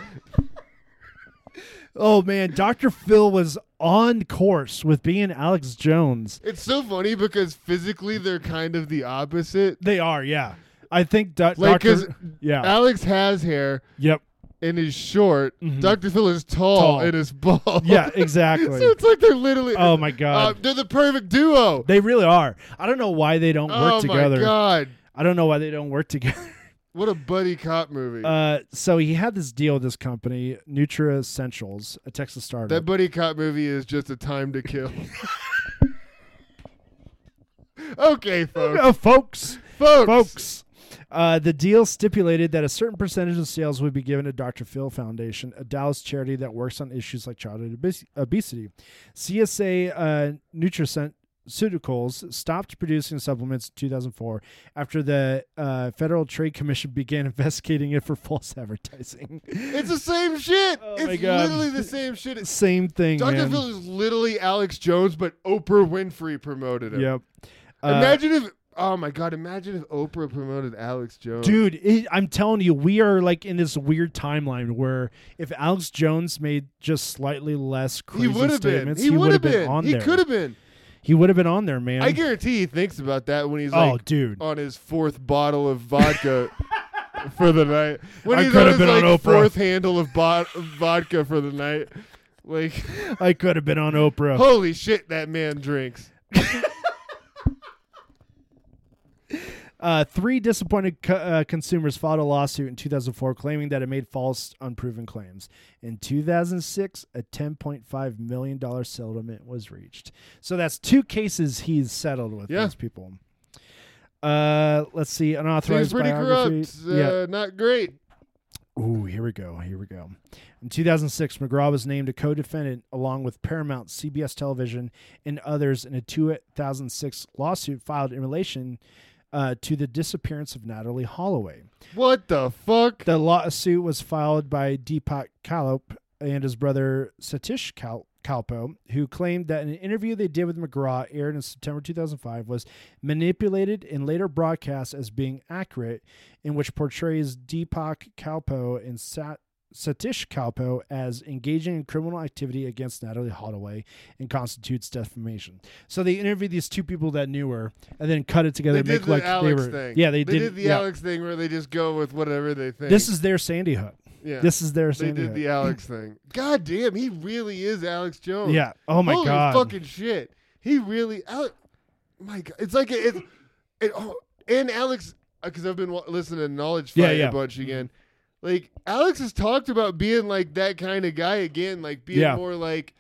Speaker 1: Oh man, Dr. Phil was on course with being Alex Jones.
Speaker 2: It's so funny because physically they're kind of the opposite.
Speaker 1: They are, yeah. I think doc-
Speaker 2: Like, 'cause
Speaker 1: Dr. Yeah.
Speaker 2: Alex has hair
Speaker 1: yep.
Speaker 2: and is short.
Speaker 1: Mhm.
Speaker 2: Dr. Phil is tall,
Speaker 1: Tall.
Speaker 2: and is bald.
Speaker 1: Yeah, exactly.
Speaker 2: so it's like they're literally.
Speaker 1: Oh my
Speaker 2: Uh,
Speaker 1: god.
Speaker 2: they're the perfect duo.
Speaker 1: They really are. I don't know why they don't work
Speaker 2: oh
Speaker 1: together.
Speaker 2: my god!
Speaker 1: I don't know why they don't work together.
Speaker 2: What a buddy cop movie.
Speaker 1: Uh, so he had this deal with this company, Nutra Essentials, a Texas startup.
Speaker 2: that buddy cop movie is just a time to kill. okay, folks.
Speaker 1: Oh, folks,
Speaker 2: Folks.
Speaker 1: folks. Uh, the deal stipulated that a certain percentage of sales would be given to Dr. Phil Foundation, a Dallas charity that works on issues like childhood obes- obesity. CSA uh, Nutraceuticals stopped producing supplements in 2004 after the uh, Federal Trade Commission began investigating it for false advertising.
Speaker 2: It's the same shit.
Speaker 1: Oh my
Speaker 2: it's
Speaker 1: God.
Speaker 2: literally the same shit. It's
Speaker 1: Same thing,
Speaker 2: Dr.
Speaker 1: man.
Speaker 2: Phil is literally Alex Jones, but Oprah Winfrey promoted him.
Speaker 1: Yep. Uh,
Speaker 2: Imagine if, oh my God, imagine if Oprah promoted Alex Jones.
Speaker 1: Dude, it, I'm telling you, we are like in this weird timeline where if Alex Jones made just slightly less
Speaker 2: he
Speaker 1: crazy
Speaker 2: would have been.
Speaker 1: statements,
Speaker 2: He would have been.
Speaker 1: on
Speaker 2: he
Speaker 1: there.
Speaker 2: could have been.
Speaker 1: He would have been on there, man.
Speaker 2: I guarantee he thinks about that when he's
Speaker 1: oh,
Speaker 2: like uh,
Speaker 1: dude.
Speaker 2: on his fourth bottle of vodka for the night. When
Speaker 1: I
Speaker 2: he's
Speaker 1: could
Speaker 2: on
Speaker 1: have
Speaker 2: his
Speaker 1: been on
Speaker 2: like,
Speaker 1: Oprah.
Speaker 2: fourth handle of bo- vodka for the night. Like,
Speaker 1: I could have been on Oprah.
Speaker 2: holy shit, that man drinks.
Speaker 1: Uh, three disappointed co- uh, consumers filed a lawsuit in 2004 claiming that it made false, unproven claims. In 2006, a $10.5 million settlement was reached. So that's two cases he's settled with
Speaker 2: Yeah.
Speaker 1: these people. Uh, let's see. Unauthorized
Speaker 2: Seems pretty
Speaker 1: biography.
Speaker 2: corrupt. Uh, Not great.
Speaker 1: Ooh, here we go. Here we go. In 2006, McGraw was named a co defendant along with Paramount, CBS Television, and others in a 2006 lawsuit filed in relation uh, to the disappearance of Natalie Holloway.
Speaker 2: What the fuck?
Speaker 1: The lawsuit was filed by Deepak Kalop and his brother Satish Kal- Kalpo, who claimed that an interview they did with McGraw, aired in September 2005, was manipulated and later broadcast as being accurate, in which portrays Deepak Kalpo and Sat. Satish Kalpo as engaging in criminal activity against Natalie Holloway and constitutes defamation. So they interviewed these two people that knew her and then cut it together
Speaker 2: They
Speaker 1: and
Speaker 2: did
Speaker 1: make
Speaker 2: the
Speaker 1: like they
Speaker 2: Alex
Speaker 1: were
Speaker 2: thing.
Speaker 1: Yeah, they,
Speaker 2: They
Speaker 1: did,
Speaker 2: did the
Speaker 1: yeah.
Speaker 2: Alex thing where they just go with whatever they think.
Speaker 1: This is their Sandy Hook.
Speaker 2: yeah.
Speaker 1: This is their
Speaker 2: they
Speaker 1: Sandy
Speaker 2: did the
Speaker 1: Hook.
Speaker 2: Alex thing. God damn, he really is Alex Jones.
Speaker 1: yeah. Oh my
Speaker 2: Holy
Speaker 1: god.
Speaker 2: fucking shit. He really Alex. My God, it's like a- it's it, oh, and Alex because I've been wa- listening to Knowledge Fight
Speaker 1: Yeah, yeah.
Speaker 2: a bunch again. Like Alex has talked about being like that kind of guy again, like being
Speaker 1: Yeah.
Speaker 2: more like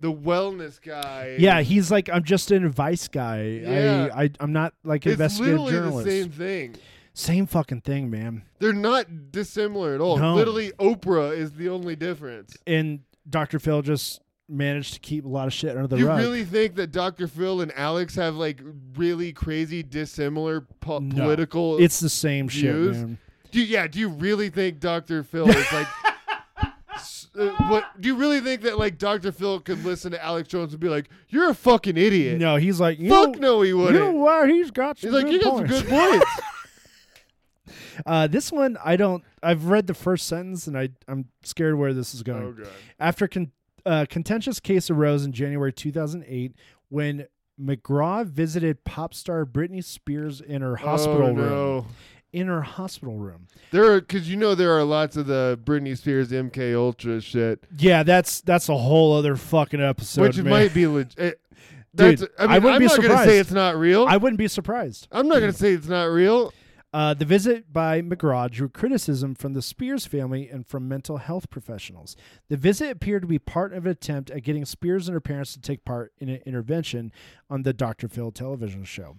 Speaker 2: the wellness guy.
Speaker 1: yeah, he's like I'm just an advice guy.
Speaker 2: Yeah.
Speaker 1: I, I I'm not like an
Speaker 2: it's
Speaker 1: investigative
Speaker 2: literally
Speaker 1: journalist.
Speaker 2: the same thing.
Speaker 1: Same fucking thing, man.
Speaker 2: They're not dissimilar at all.
Speaker 1: No.
Speaker 2: Literally, Oprah is the only difference.
Speaker 1: And Dr. Phil just managed to keep a lot of shit under the
Speaker 2: you
Speaker 1: rug.
Speaker 2: really think that Dr. Phil and Alex have like really crazy dissimilar po-
Speaker 1: No.
Speaker 2: political?
Speaker 1: it's the same shit,
Speaker 2: views?
Speaker 1: man.
Speaker 2: do you- yeah. Do you really think Dr. Phil is like? s- uh, what do you really think that like Dr. Phil could listen to Alex Jones and be like, "You're a fucking idiot"?
Speaker 1: No, he's like, you
Speaker 2: Fuck
Speaker 1: know,
Speaker 2: no, he
Speaker 1: you know
Speaker 2: wouldn't.
Speaker 1: why he's got some
Speaker 2: He's like,
Speaker 1: good
Speaker 2: "You got some
Speaker 1: points.
Speaker 2: good points."
Speaker 1: Uh, this one, I don't. I've read the first sentence, and I I'm scared where this is going.
Speaker 2: oh god.
Speaker 1: After con- uh, contentious case arose in January 2008 when McGraw visited pop star Britney Spears in her hospital
Speaker 2: oh, no.
Speaker 1: room. In her hospital room.
Speaker 2: There, because you know there are lots of the Britney Spears MK Ultra shit.
Speaker 1: Yeah, that's that's a whole other fucking episode.
Speaker 2: which
Speaker 1: man.
Speaker 2: might be legit. That's, I, mean, I
Speaker 1: wouldn't
Speaker 2: am
Speaker 1: be
Speaker 2: not gonna
Speaker 1: surprised.
Speaker 2: say it's not real.
Speaker 1: I wouldn't be surprised.
Speaker 2: I'm not gonna say it's not real.
Speaker 1: Uh, the visit by McGraw drew criticism from the Spears family and from mental health professionals. The visit appeared to be part of an attempt at getting Spears and her parents to take part in an intervention on the Dr. Phil television show.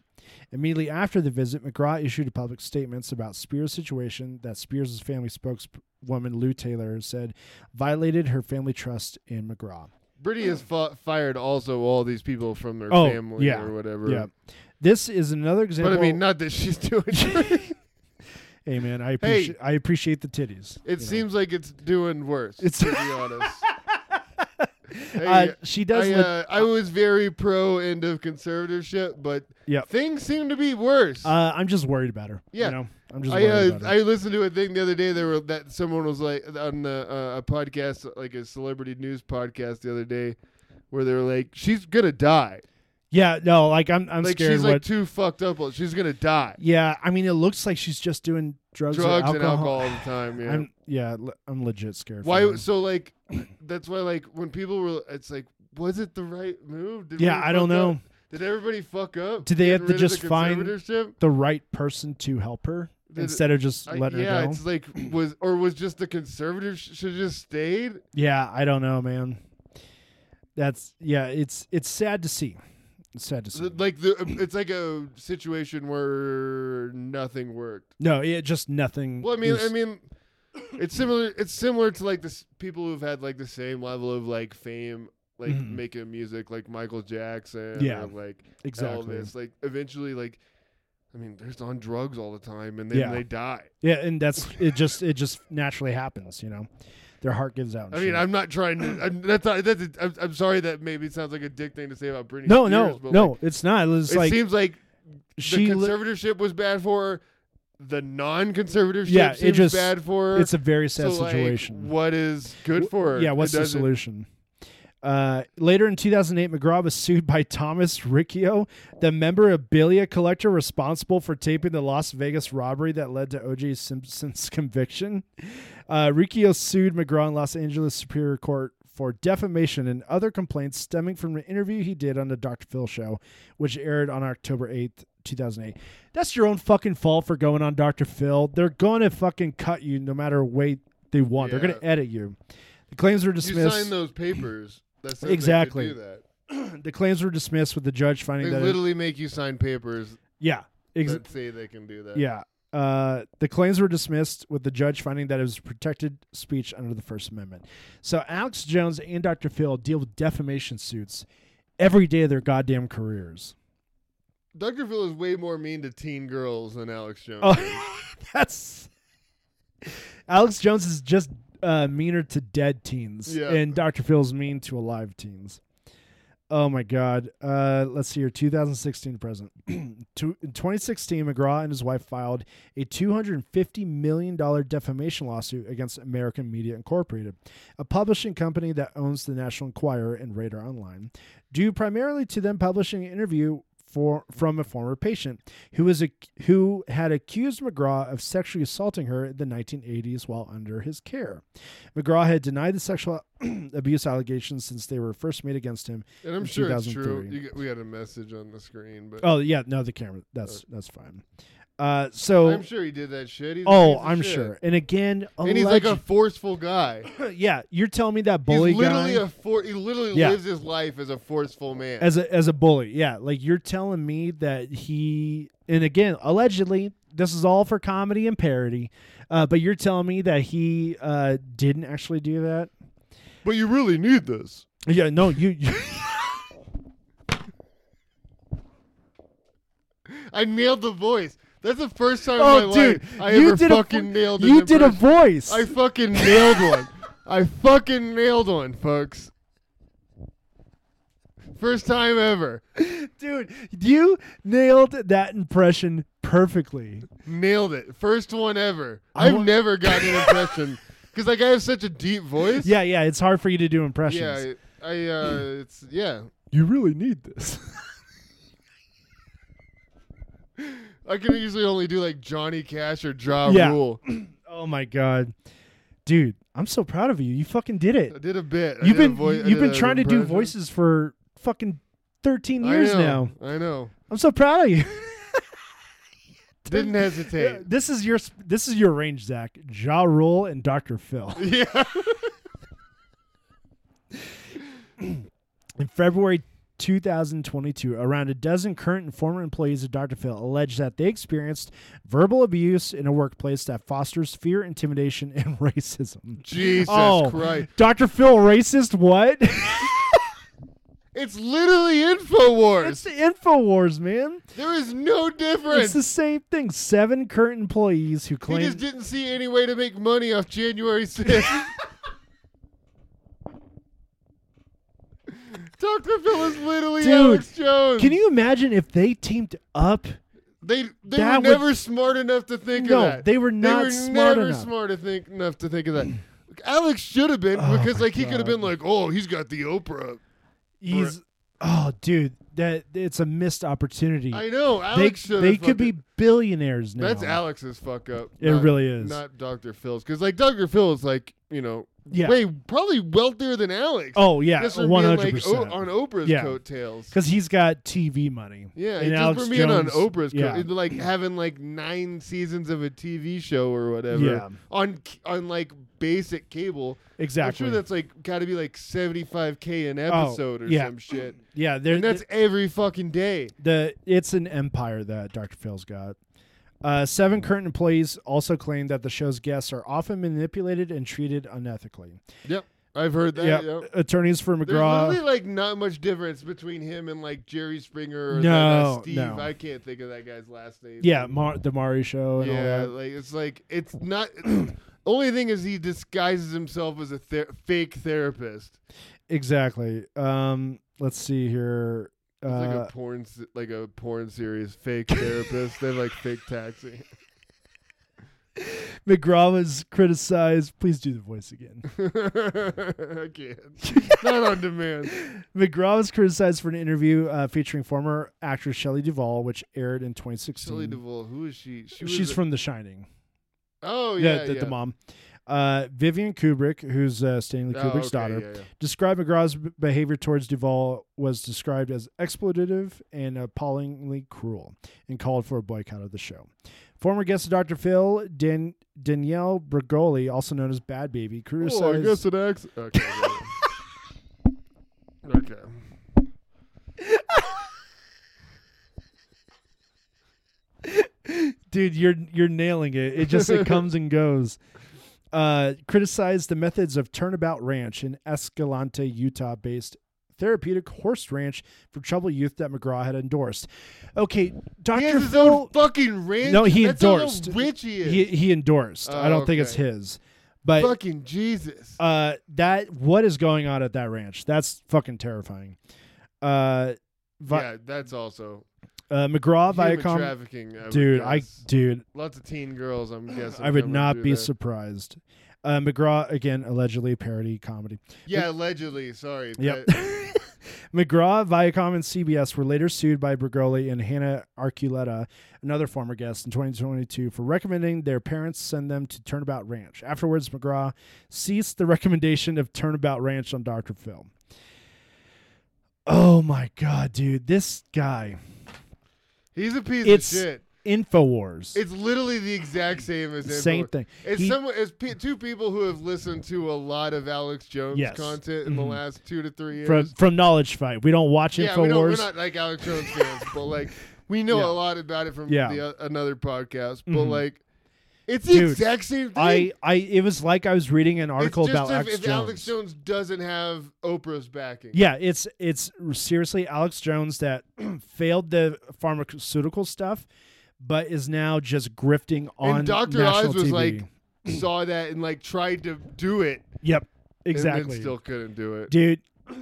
Speaker 1: Immediately after the visit, McGraw issued public statements about Spears' situation that Spears' family spokeswoman Lou Taylor said violated her family trust in McGraw.
Speaker 2: Brittany has fu- fired also all these people from their
Speaker 1: Oh,
Speaker 2: family
Speaker 1: yeah,
Speaker 2: or whatever.
Speaker 1: Yeah. This is another
Speaker 2: But
Speaker 1: example.
Speaker 2: I mean, not that she's doing. it
Speaker 1: hey man, I appreciate I appreciate the titties. you know.
Speaker 2: seems like it's doing worse.
Speaker 1: It's-
Speaker 2: to be honest. Hey,
Speaker 1: uh, she does.
Speaker 2: I,
Speaker 1: look-
Speaker 2: uh, I was very pro end of conservatorship, but
Speaker 1: Yep.
Speaker 2: things seem to be worse.
Speaker 1: Uh, I'm just worried about her.
Speaker 2: Yeah.
Speaker 1: you know? I'm just
Speaker 2: I,
Speaker 1: worried
Speaker 2: uh,
Speaker 1: about her.
Speaker 2: I listened to a thing the other day. There were that someone was like on the, uh, a podcast, like a celebrity news podcast, the other day, where they were like, "She's gonna die.
Speaker 1: yeah, no, like I'm, I'm
Speaker 2: like
Speaker 1: scared.
Speaker 2: she's
Speaker 1: what,
Speaker 2: like too fucked up. She's gonna die.
Speaker 1: yeah, I mean, it looks like she's just doing drugs,
Speaker 2: Drugs
Speaker 1: or
Speaker 2: and alcohol all the time. Yeah.
Speaker 1: I'm, yeah, le- I'm legit scared. for
Speaker 2: why?
Speaker 1: her.
Speaker 2: So like, that's why like when people were, it's like, was it the right move? Did
Speaker 1: yeah,
Speaker 2: we
Speaker 1: I don't
Speaker 2: fuck
Speaker 1: know
Speaker 2: up? Did everybody fuck up?
Speaker 1: Did they
Speaker 2: Getting
Speaker 1: have to
Speaker 2: rid of
Speaker 1: just
Speaker 2: the
Speaker 1: find-
Speaker 2: conservatorship?
Speaker 1: the right person to help her
Speaker 2: Did it-
Speaker 1: instead of just
Speaker 2: I-
Speaker 1: letting
Speaker 2: yeah,
Speaker 1: her go.
Speaker 2: it's like was or was just the conservative should just stayed.
Speaker 1: Yeah, I don't know, man. That's yeah, it's it's sad to see. It's sad to see.
Speaker 2: like the um, it's like a situation where nothing worked.
Speaker 1: no, it just nothing.
Speaker 2: Well, I mean,
Speaker 1: is-
Speaker 2: I mean, it's similar. It's similar to like this people who've had like the same level of like fame, like
Speaker 1: Mhm.
Speaker 2: making music, like Michael Jackson,
Speaker 1: Yeah.
Speaker 2: or, like
Speaker 1: exactly.
Speaker 2: Elvis. Like eventually, like I mean, they're just on drugs all the time, and then
Speaker 1: Yeah.
Speaker 2: they die.
Speaker 1: Yeah, and that's it. Just it just naturally happens, you know. Their heart gives out. and
Speaker 2: I mean,
Speaker 1: shit.
Speaker 2: I'm not trying to. I'm, that's not, that's. A, I'm, I'm sorry that maybe sounds like a dick thing to say about Britney.
Speaker 1: no,
Speaker 2: Spears,
Speaker 1: no,
Speaker 2: but,
Speaker 1: no.
Speaker 2: like,
Speaker 1: it's not. It's
Speaker 2: it
Speaker 1: like
Speaker 2: seems like
Speaker 1: she.
Speaker 2: the
Speaker 1: li-
Speaker 2: conservatorship was bad for her. The non-conservatorship
Speaker 1: Yeah, it
Speaker 2: seems
Speaker 1: just-
Speaker 2: bad for her.
Speaker 1: it's a very sad
Speaker 2: So, like,
Speaker 1: situation.
Speaker 2: what is good for her?
Speaker 1: yeah,
Speaker 2: It
Speaker 1: what's the
Speaker 2: doesn't-
Speaker 1: solution? Uh, later in 2008, McGraw was sued by Thomas Riccio, the memorabilia collector responsible for taping the Las Vegas robbery that led to O.J. Simpson's conviction. Uh, Riccio sued McGraw in Los Angeles Superior Court for defamation and other complaints stemming from an interview he did on the Dr. Phil show, which aired on October 8th, 2008. That's your own fucking fault for going on Dr. Phil. They're going to fucking cut you no matter what they want. They're going to edit you. The claims were
Speaker 2: You
Speaker 1: dismissed.
Speaker 2: sign those papers. That's
Speaker 1: Exactly.
Speaker 2: They, could do that.
Speaker 1: the claims were dismissed with the judge
Speaker 2: they
Speaker 1: finding that it-
Speaker 2: literally make you sign papers
Speaker 1: yeah, ex-
Speaker 2: that say they can do that.
Speaker 1: yeah. Uh, the claims were dismissed with the judge finding that it was protected speech under the First Amendment. So Alex Jones and Dr. Phil deal with defamation suits every day of their goddamn careers.
Speaker 2: Dr. Phil is way more mean to teen girls than Alex Jones.
Speaker 1: Oh, that's Alex Jones is just uh, meaner to dead teens,
Speaker 2: Yeah.
Speaker 1: and Dr. Phil's mean to alive teens. Oh my God. Uh, let's see here. 2016 present. To- in 2016, McGraw and his wife filed a $250 million defamation lawsuit against American Media Incorporated, a publishing company that owns the National Enquirer and Radar Online, due primarily to them publishing an interview. For, from a former patient who was a, who had accused McGraw of sexually assaulting her in the 1980s while under his care. McGraw had denied the sexual abuse allegations since they were first made against him
Speaker 2: And I'm
Speaker 1: in
Speaker 2: sure it's true.
Speaker 1: 2003.
Speaker 2: You get, we had a message on the screen, but
Speaker 1: Oh yeah, no, the camera. That's that's fine. Uh, so
Speaker 2: I'm sure he did that shit. He's a
Speaker 1: oh,
Speaker 2: piece of
Speaker 1: I'm
Speaker 2: shit.
Speaker 1: sure. And again,
Speaker 2: And he's like a
Speaker 1: alleged-
Speaker 2: forceful guy.
Speaker 1: yeah. You're telling me that bully
Speaker 2: he's literally
Speaker 1: guy
Speaker 2: a for, he literally
Speaker 1: Yeah.
Speaker 2: lives his life as a forceful man.
Speaker 1: as a as a bully, yeah. Like you're telling me that he and again allegedly. This is all for comedy and parody, uh, but you're telling me that he uh, didn't actually do that.
Speaker 2: but you really need this.
Speaker 1: Yeah, no, you.
Speaker 2: I nailed the voice. That's the first time in
Speaker 1: oh,
Speaker 2: my
Speaker 1: dude,
Speaker 2: life I
Speaker 1: you
Speaker 2: ever
Speaker 1: did
Speaker 2: fucking
Speaker 1: a, vo-
Speaker 2: nailed an
Speaker 1: You did a
Speaker 2: impression.
Speaker 1: voice.
Speaker 2: I fucking nailed one. I fucking nailed one, folks. First time ever.
Speaker 1: dude, you nailed that impression perfectly.
Speaker 2: Nailed it. First one ever.
Speaker 1: I
Speaker 2: I've
Speaker 1: wa-
Speaker 2: never gotten an impression because like I have such a deep voice.
Speaker 1: Yeah, yeah, it's hard for you to do impressions.
Speaker 2: Yeah. I, I uh, it's yeah.
Speaker 1: You really need this.
Speaker 2: I can usually only do like Johnny Cash or Ja
Speaker 1: Yeah.
Speaker 2: Rule.
Speaker 1: oh my god, dude, I'm so proud of you. You fucking did
Speaker 2: I
Speaker 1: it.
Speaker 2: did a bit. I
Speaker 1: You've
Speaker 2: did a
Speaker 1: been
Speaker 2: voi- I
Speaker 1: you've
Speaker 2: did
Speaker 1: been
Speaker 2: an
Speaker 1: trying to do
Speaker 2: impression.
Speaker 1: voices for fucking 13
Speaker 2: I
Speaker 1: years
Speaker 2: know,
Speaker 1: now.
Speaker 2: I know.
Speaker 1: I'm so proud of you.
Speaker 2: Didn't hesitate.
Speaker 1: this is your sp- this is your range, Zach. Ja Rule and Dr. Phil.
Speaker 2: Yeah.
Speaker 1: In February 2022, around a dozen current and former employees of Dr. Phil alleged that they experienced verbal abuse in a workplace that fosters fear, intimidation, and racism.
Speaker 2: Jesus
Speaker 1: Oh.
Speaker 2: Christ.
Speaker 1: Dr. Phil, racist? What?
Speaker 2: It's literally InfoWars.
Speaker 1: it's the Infowars, man.
Speaker 2: there is no difference.
Speaker 1: It's the same thing. Seven current employees who
Speaker 2: He
Speaker 1: claim
Speaker 2: just didn't see any way to make money off January 6th. Dr. Phil is literally
Speaker 1: Dude,
Speaker 2: Alex Jones.
Speaker 1: Can you imagine if they teamed up?
Speaker 2: They they were
Speaker 1: That would-
Speaker 2: never smart enough to think
Speaker 1: No,
Speaker 2: of that.
Speaker 1: they were not
Speaker 2: were
Speaker 1: smart
Speaker 2: never
Speaker 1: enough.
Speaker 2: smart to think enough to think of that. Alex should have been
Speaker 1: Oh
Speaker 2: because
Speaker 1: my
Speaker 2: like he could have
Speaker 1: God.
Speaker 2: been like, oh, he's got the Oprah.
Speaker 1: He's oh, dude, that it's a missed opportunity.
Speaker 2: I know
Speaker 1: they
Speaker 2: Alex should.
Speaker 1: they could be billionaires now.
Speaker 2: That's Alex's fuck up.
Speaker 1: It
Speaker 2: not-
Speaker 1: really is.
Speaker 2: not Dr. Phil's because like Dr. Phil is like you know
Speaker 1: Yeah.
Speaker 2: way probably wealthier than Alex.
Speaker 1: oh yeah,
Speaker 2: Just from
Speaker 1: one
Speaker 2: being,
Speaker 1: hundred
Speaker 2: like, o- on
Speaker 1: percent.
Speaker 2: Oprah's
Speaker 1: Yeah.
Speaker 2: coattails.
Speaker 1: Because he's got TV money.
Speaker 2: Yeah,
Speaker 1: and
Speaker 2: just
Speaker 1: Alex
Speaker 2: for being on
Speaker 1: Jones-
Speaker 2: Oprah's,
Speaker 1: yeah.
Speaker 2: yeah. like having like nine seasons of a TV show or whatever
Speaker 1: Yeah.
Speaker 2: on c- on like basic cable.
Speaker 1: Exactly. Oh,
Speaker 2: I'm sure that's like got to be like 75k an episode or
Speaker 1: yeah.
Speaker 2: some shit.
Speaker 1: yeah, they're,
Speaker 2: And that's every fucking day.
Speaker 1: the it's an empire that Dr. Phil's got. Uh, seven current employees also claim that the show's guests are often manipulated and treated unethically.
Speaker 2: Yep, I've heard that.
Speaker 1: Yeah,
Speaker 2: yep.
Speaker 1: attorneys for
Speaker 2: There's really
Speaker 1: McGraw.
Speaker 2: like not much difference between him and like Jerry Springer
Speaker 1: No,
Speaker 2: or that, uh, Steve.
Speaker 1: no.
Speaker 2: I can't think of that guy's last name.
Speaker 1: Yeah, Mar- the Mari show and
Speaker 2: yeah,
Speaker 1: all that.
Speaker 2: like it's like it's not. only thing is he disguises himself as a ther- fake therapist.
Speaker 1: Exactly. Um, let's see here. Uh,
Speaker 2: It's like a porn, s- like a porn series. Fake therapist. they have like fake taxi.
Speaker 1: McGraw was criticized. Please do the voice again.
Speaker 2: I can't. Not on demand.
Speaker 1: McGraw was criticized for an interview uh, featuring former actress Shelley Duvall, which aired in 2016.
Speaker 2: Shelley Duvall. Who is she? she was
Speaker 1: She's
Speaker 2: a-
Speaker 1: from The Shining.
Speaker 2: Oh yeah, yeah.
Speaker 1: the, the mom. Uh, Vivian Kubrick, who's uh, Stanley
Speaker 2: Oh,
Speaker 1: Kubrick's
Speaker 2: okay,
Speaker 1: daughter,
Speaker 2: yeah, yeah.
Speaker 1: described McGraw's b- behavior towards Duvall was described as exploitative and appallingly cruel and called for a boycott of the show. Former guest of Dr. Phil, Dan- Danielle Brigoli, also known as Bad Baby, criticized.
Speaker 2: Oh, I guess it acts. Okay. I get it. okay.
Speaker 1: Dude, you're you're nailing it. It just it comes and goes. Uh, criticized the methods of Turnabout Ranch, an Escalante, Utah-based therapeutic horse ranch for troubled youth that McGraw had endorsed. Okay,
Speaker 2: He
Speaker 1: Doctor
Speaker 2: has his
Speaker 1: Phil.
Speaker 2: own fucking ranch.
Speaker 1: No, he
Speaker 2: That's how
Speaker 1: endorsed.
Speaker 2: rich he is.
Speaker 1: He he endorsed. I
Speaker 2: Oh,
Speaker 1: don't think it's
Speaker 2: okay.
Speaker 1: his, but
Speaker 2: fucking Jesus.
Speaker 1: uh, that what is going on at that ranch? That's fucking terrifying. Uh, Vi-
Speaker 2: yeah, that's also
Speaker 1: uh, McGraw
Speaker 2: human
Speaker 1: Viacom.
Speaker 2: trafficking. I would
Speaker 1: Dude, I
Speaker 2: guess.
Speaker 1: dude,
Speaker 2: lots of teen girls. I'm guessing.
Speaker 1: I would
Speaker 2: coming
Speaker 1: not
Speaker 2: through
Speaker 1: be
Speaker 2: there.
Speaker 1: surprised. Uh, McGraw again, allegedly parody comedy.
Speaker 2: yeah, allegedly. Sorry.
Speaker 1: Yep.
Speaker 2: but-
Speaker 1: McGraw, Viacom, and CBS were later sued by Bergoli and Hannah Arculeta, another former guest, in 2022 for recommending their parents send them to Turnabout Ranch. Afterwards, McGraw ceased the recommendation of Turnabout Ranch on Dr. Phil. Oh my God, dude. This guy,
Speaker 2: He's a piece
Speaker 1: It's-
Speaker 2: of shit.
Speaker 1: InfoWars.
Speaker 2: It's literally the exact same as
Speaker 1: same
Speaker 2: Infowars.
Speaker 1: thing.
Speaker 2: It's
Speaker 1: He-
Speaker 2: some it's pe- two people who have listened to a lot of Alex Jones
Speaker 1: Yes.
Speaker 2: content in the
Speaker 1: Mhm.
Speaker 2: last two to three years.
Speaker 1: from, from Knowledge Fight. We don't watch
Speaker 2: yeah, we don't, we're
Speaker 1: InfoWars.
Speaker 2: not like Alex Jones fans, but like we know
Speaker 1: Yeah.
Speaker 2: a lot about it from
Speaker 1: Yeah.
Speaker 2: the, uh, another podcast. But
Speaker 1: Mhm.
Speaker 2: like, it's the
Speaker 1: Dude,
Speaker 2: exact same thing.
Speaker 1: I, I, it was like I was reading an
Speaker 2: It's
Speaker 1: article
Speaker 2: just
Speaker 1: about
Speaker 2: if,
Speaker 1: Alex
Speaker 2: if
Speaker 1: Jones.
Speaker 2: Alex Jones doesn't have Oprah's backing.
Speaker 1: Yeah, it's it's seriously Alex Jones that failed the pharmaceutical stuff, but is now just grifting on
Speaker 2: and Dr.
Speaker 1: national
Speaker 2: Oz was
Speaker 1: TV.
Speaker 2: like saw that and like tried to do it
Speaker 1: yep,
Speaker 2: and
Speaker 1: exactly,
Speaker 2: then still couldn't do it.
Speaker 1: dude.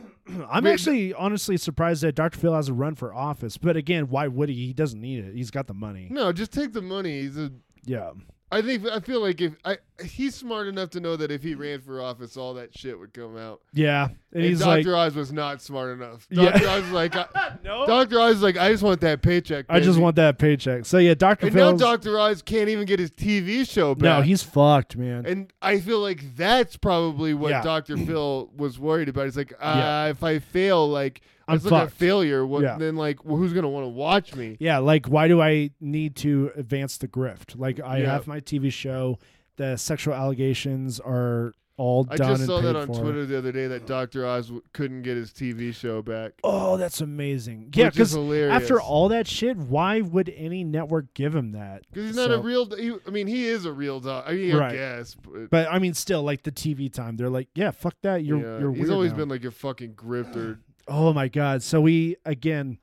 Speaker 1: I'm
Speaker 2: Man,
Speaker 1: actually honestly surprised that Dr. Phil has a run for office, but again, why would he? He doesn't need it. He's got the money.
Speaker 2: No, just take the money. He's a
Speaker 1: Yeah,
Speaker 2: I think I feel like if I he's smart enough to know that if he ran for office, all that shit would come out.
Speaker 1: yeah, and,
Speaker 2: And,
Speaker 1: he's like,
Speaker 2: Dr. Oz was not smart enough.
Speaker 1: Yeah.
Speaker 2: Dr. Oz was like, I, Dr. Oz is like, I just want that paycheck.
Speaker 1: I just
Speaker 2: baby."
Speaker 1: want that paycheck. So yeah, Dr.
Speaker 2: And now
Speaker 1: Phil.
Speaker 2: Dr. Oz can't even get his TV show back.
Speaker 1: No, he's fucked, man.
Speaker 2: And I feel like that's probably what
Speaker 1: Yeah.
Speaker 2: Dr. Phil was worried about. He's like, uh,
Speaker 1: Yeah.
Speaker 2: if I fail, like, I
Speaker 1: I'm
Speaker 2: just look at
Speaker 1: fucked.
Speaker 2: failure. What,
Speaker 1: Yeah.
Speaker 2: Then, like, well, who's going to want to watch me?
Speaker 1: Yeah, like why do I need to advance the grift? Like I
Speaker 2: Yeah.
Speaker 1: have my TV show. The sexual allegations are all
Speaker 2: I
Speaker 1: done
Speaker 2: just
Speaker 1: and
Speaker 2: saw
Speaker 1: paid
Speaker 2: that on
Speaker 1: for.
Speaker 2: Twitter the other day that Dr. Oz w- couldn't get his TV show back.
Speaker 1: Oh, that's amazing. Yeah,
Speaker 2: which is
Speaker 1: because
Speaker 2: hilarious.
Speaker 1: after all that shit, why would any network give him that?
Speaker 2: Because he's not a
Speaker 1: So-
Speaker 2: real. He, I mean, he is a real dog. I mean,
Speaker 1: Right.
Speaker 2: I guess. But,
Speaker 1: But I mean, still, like the TV time, they're like, yeah, fuck that. You're
Speaker 2: yeah,
Speaker 1: you're
Speaker 2: he's
Speaker 1: weird
Speaker 2: always
Speaker 1: now.
Speaker 2: been like a fucking grifter.
Speaker 1: Oh my god. So we again,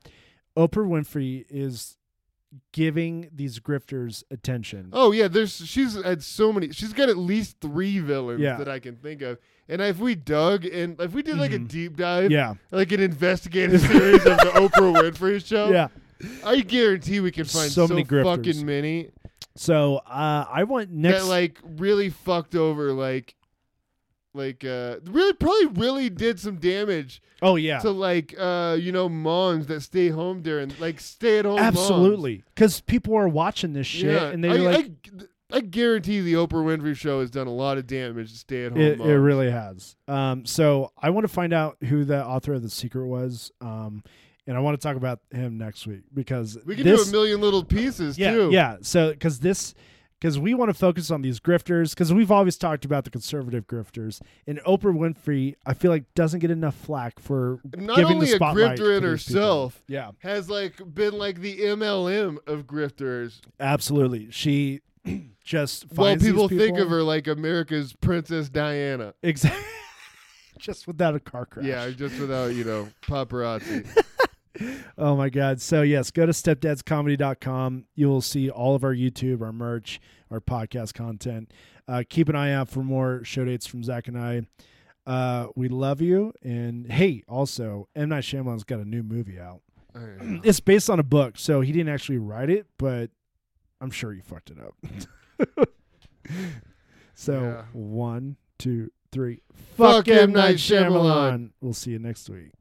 Speaker 1: Oprah Winfrey is giving these grifters attention.
Speaker 2: Oh yeah, there's she's had so many. She's got at least three villains
Speaker 1: Yeah.
Speaker 2: that I can think of. And if we dug and if we did like a
Speaker 1: Mhm.
Speaker 2: deep dive,
Speaker 1: yeah,
Speaker 2: like an investigative series of the Oprah Winfrey Show,
Speaker 1: yeah.
Speaker 2: I guarantee we can find
Speaker 1: So
Speaker 2: so,
Speaker 1: many grifters.
Speaker 2: fucking many
Speaker 1: So uh, I want next.
Speaker 2: that like really fucked over like. Like uh really probably really did some damage
Speaker 1: oh yeah.
Speaker 2: to like uh you know moms that stay home during like stay at home
Speaker 1: Absolutely, because people are watching this shit, and they're
Speaker 2: I,
Speaker 1: like,
Speaker 2: I, I guarantee the Oprah Winfrey Show has done a lot of damage to stay at home.
Speaker 1: it, it really has. Um, so I want to find out who the author of the secret was, um, and I want to talk about him next week because
Speaker 2: we can
Speaker 1: this,
Speaker 2: do a million little pieces
Speaker 1: yeah,
Speaker 2: too.
Speaker 1: yeah. So because this, because we want to focus on these grifters, because we've always talked about the conservative grifters, and Oprah Winfrey, I feel like doesn't get enough flack for
Speaker 2: Not
Speaker 1: giving
Speaker 2: only
Speaker 1: the
Speaker 2: a
Speaker 1: spotlight
Speaker 2: grifter in
Speaker 1: to these people.
Speaker 2: herself
Speaker 1: Yeah,
Speaker 2: has like been like the MLM of grifters.
Speaker 1: absolutely. She just finds
Speaker 2: While
Speaker 1: these
Speaker 2: people, think
Speaker 1: people-
Speaker 2: of her like America's Princess Diana.
Speaker 1: exactly. Just without a car crash.
Speaker 2: Yeah, just without, you know, paparazzi.
Speaker 1: Oh my God. So, yes, go to stepdadscomedy.com. You will see all of our YouTube, our merch, our podcast content. Uh, keep an eye out for more show dates from Zach and I. Uh, we love you. And hey, also, M. Night Shyamalan's got a new movie out.
Speaker 2: I don't know.
Speaker 1: It's based on a book, so he didn't actually write it, but I'm sure he fucked it up. so,
Speaker 2: Yeah.
Speaker 1: one, two, three.
Speaker 2: Fuck M. Night Shyamalan.
Speaker 1: We'll see you next week.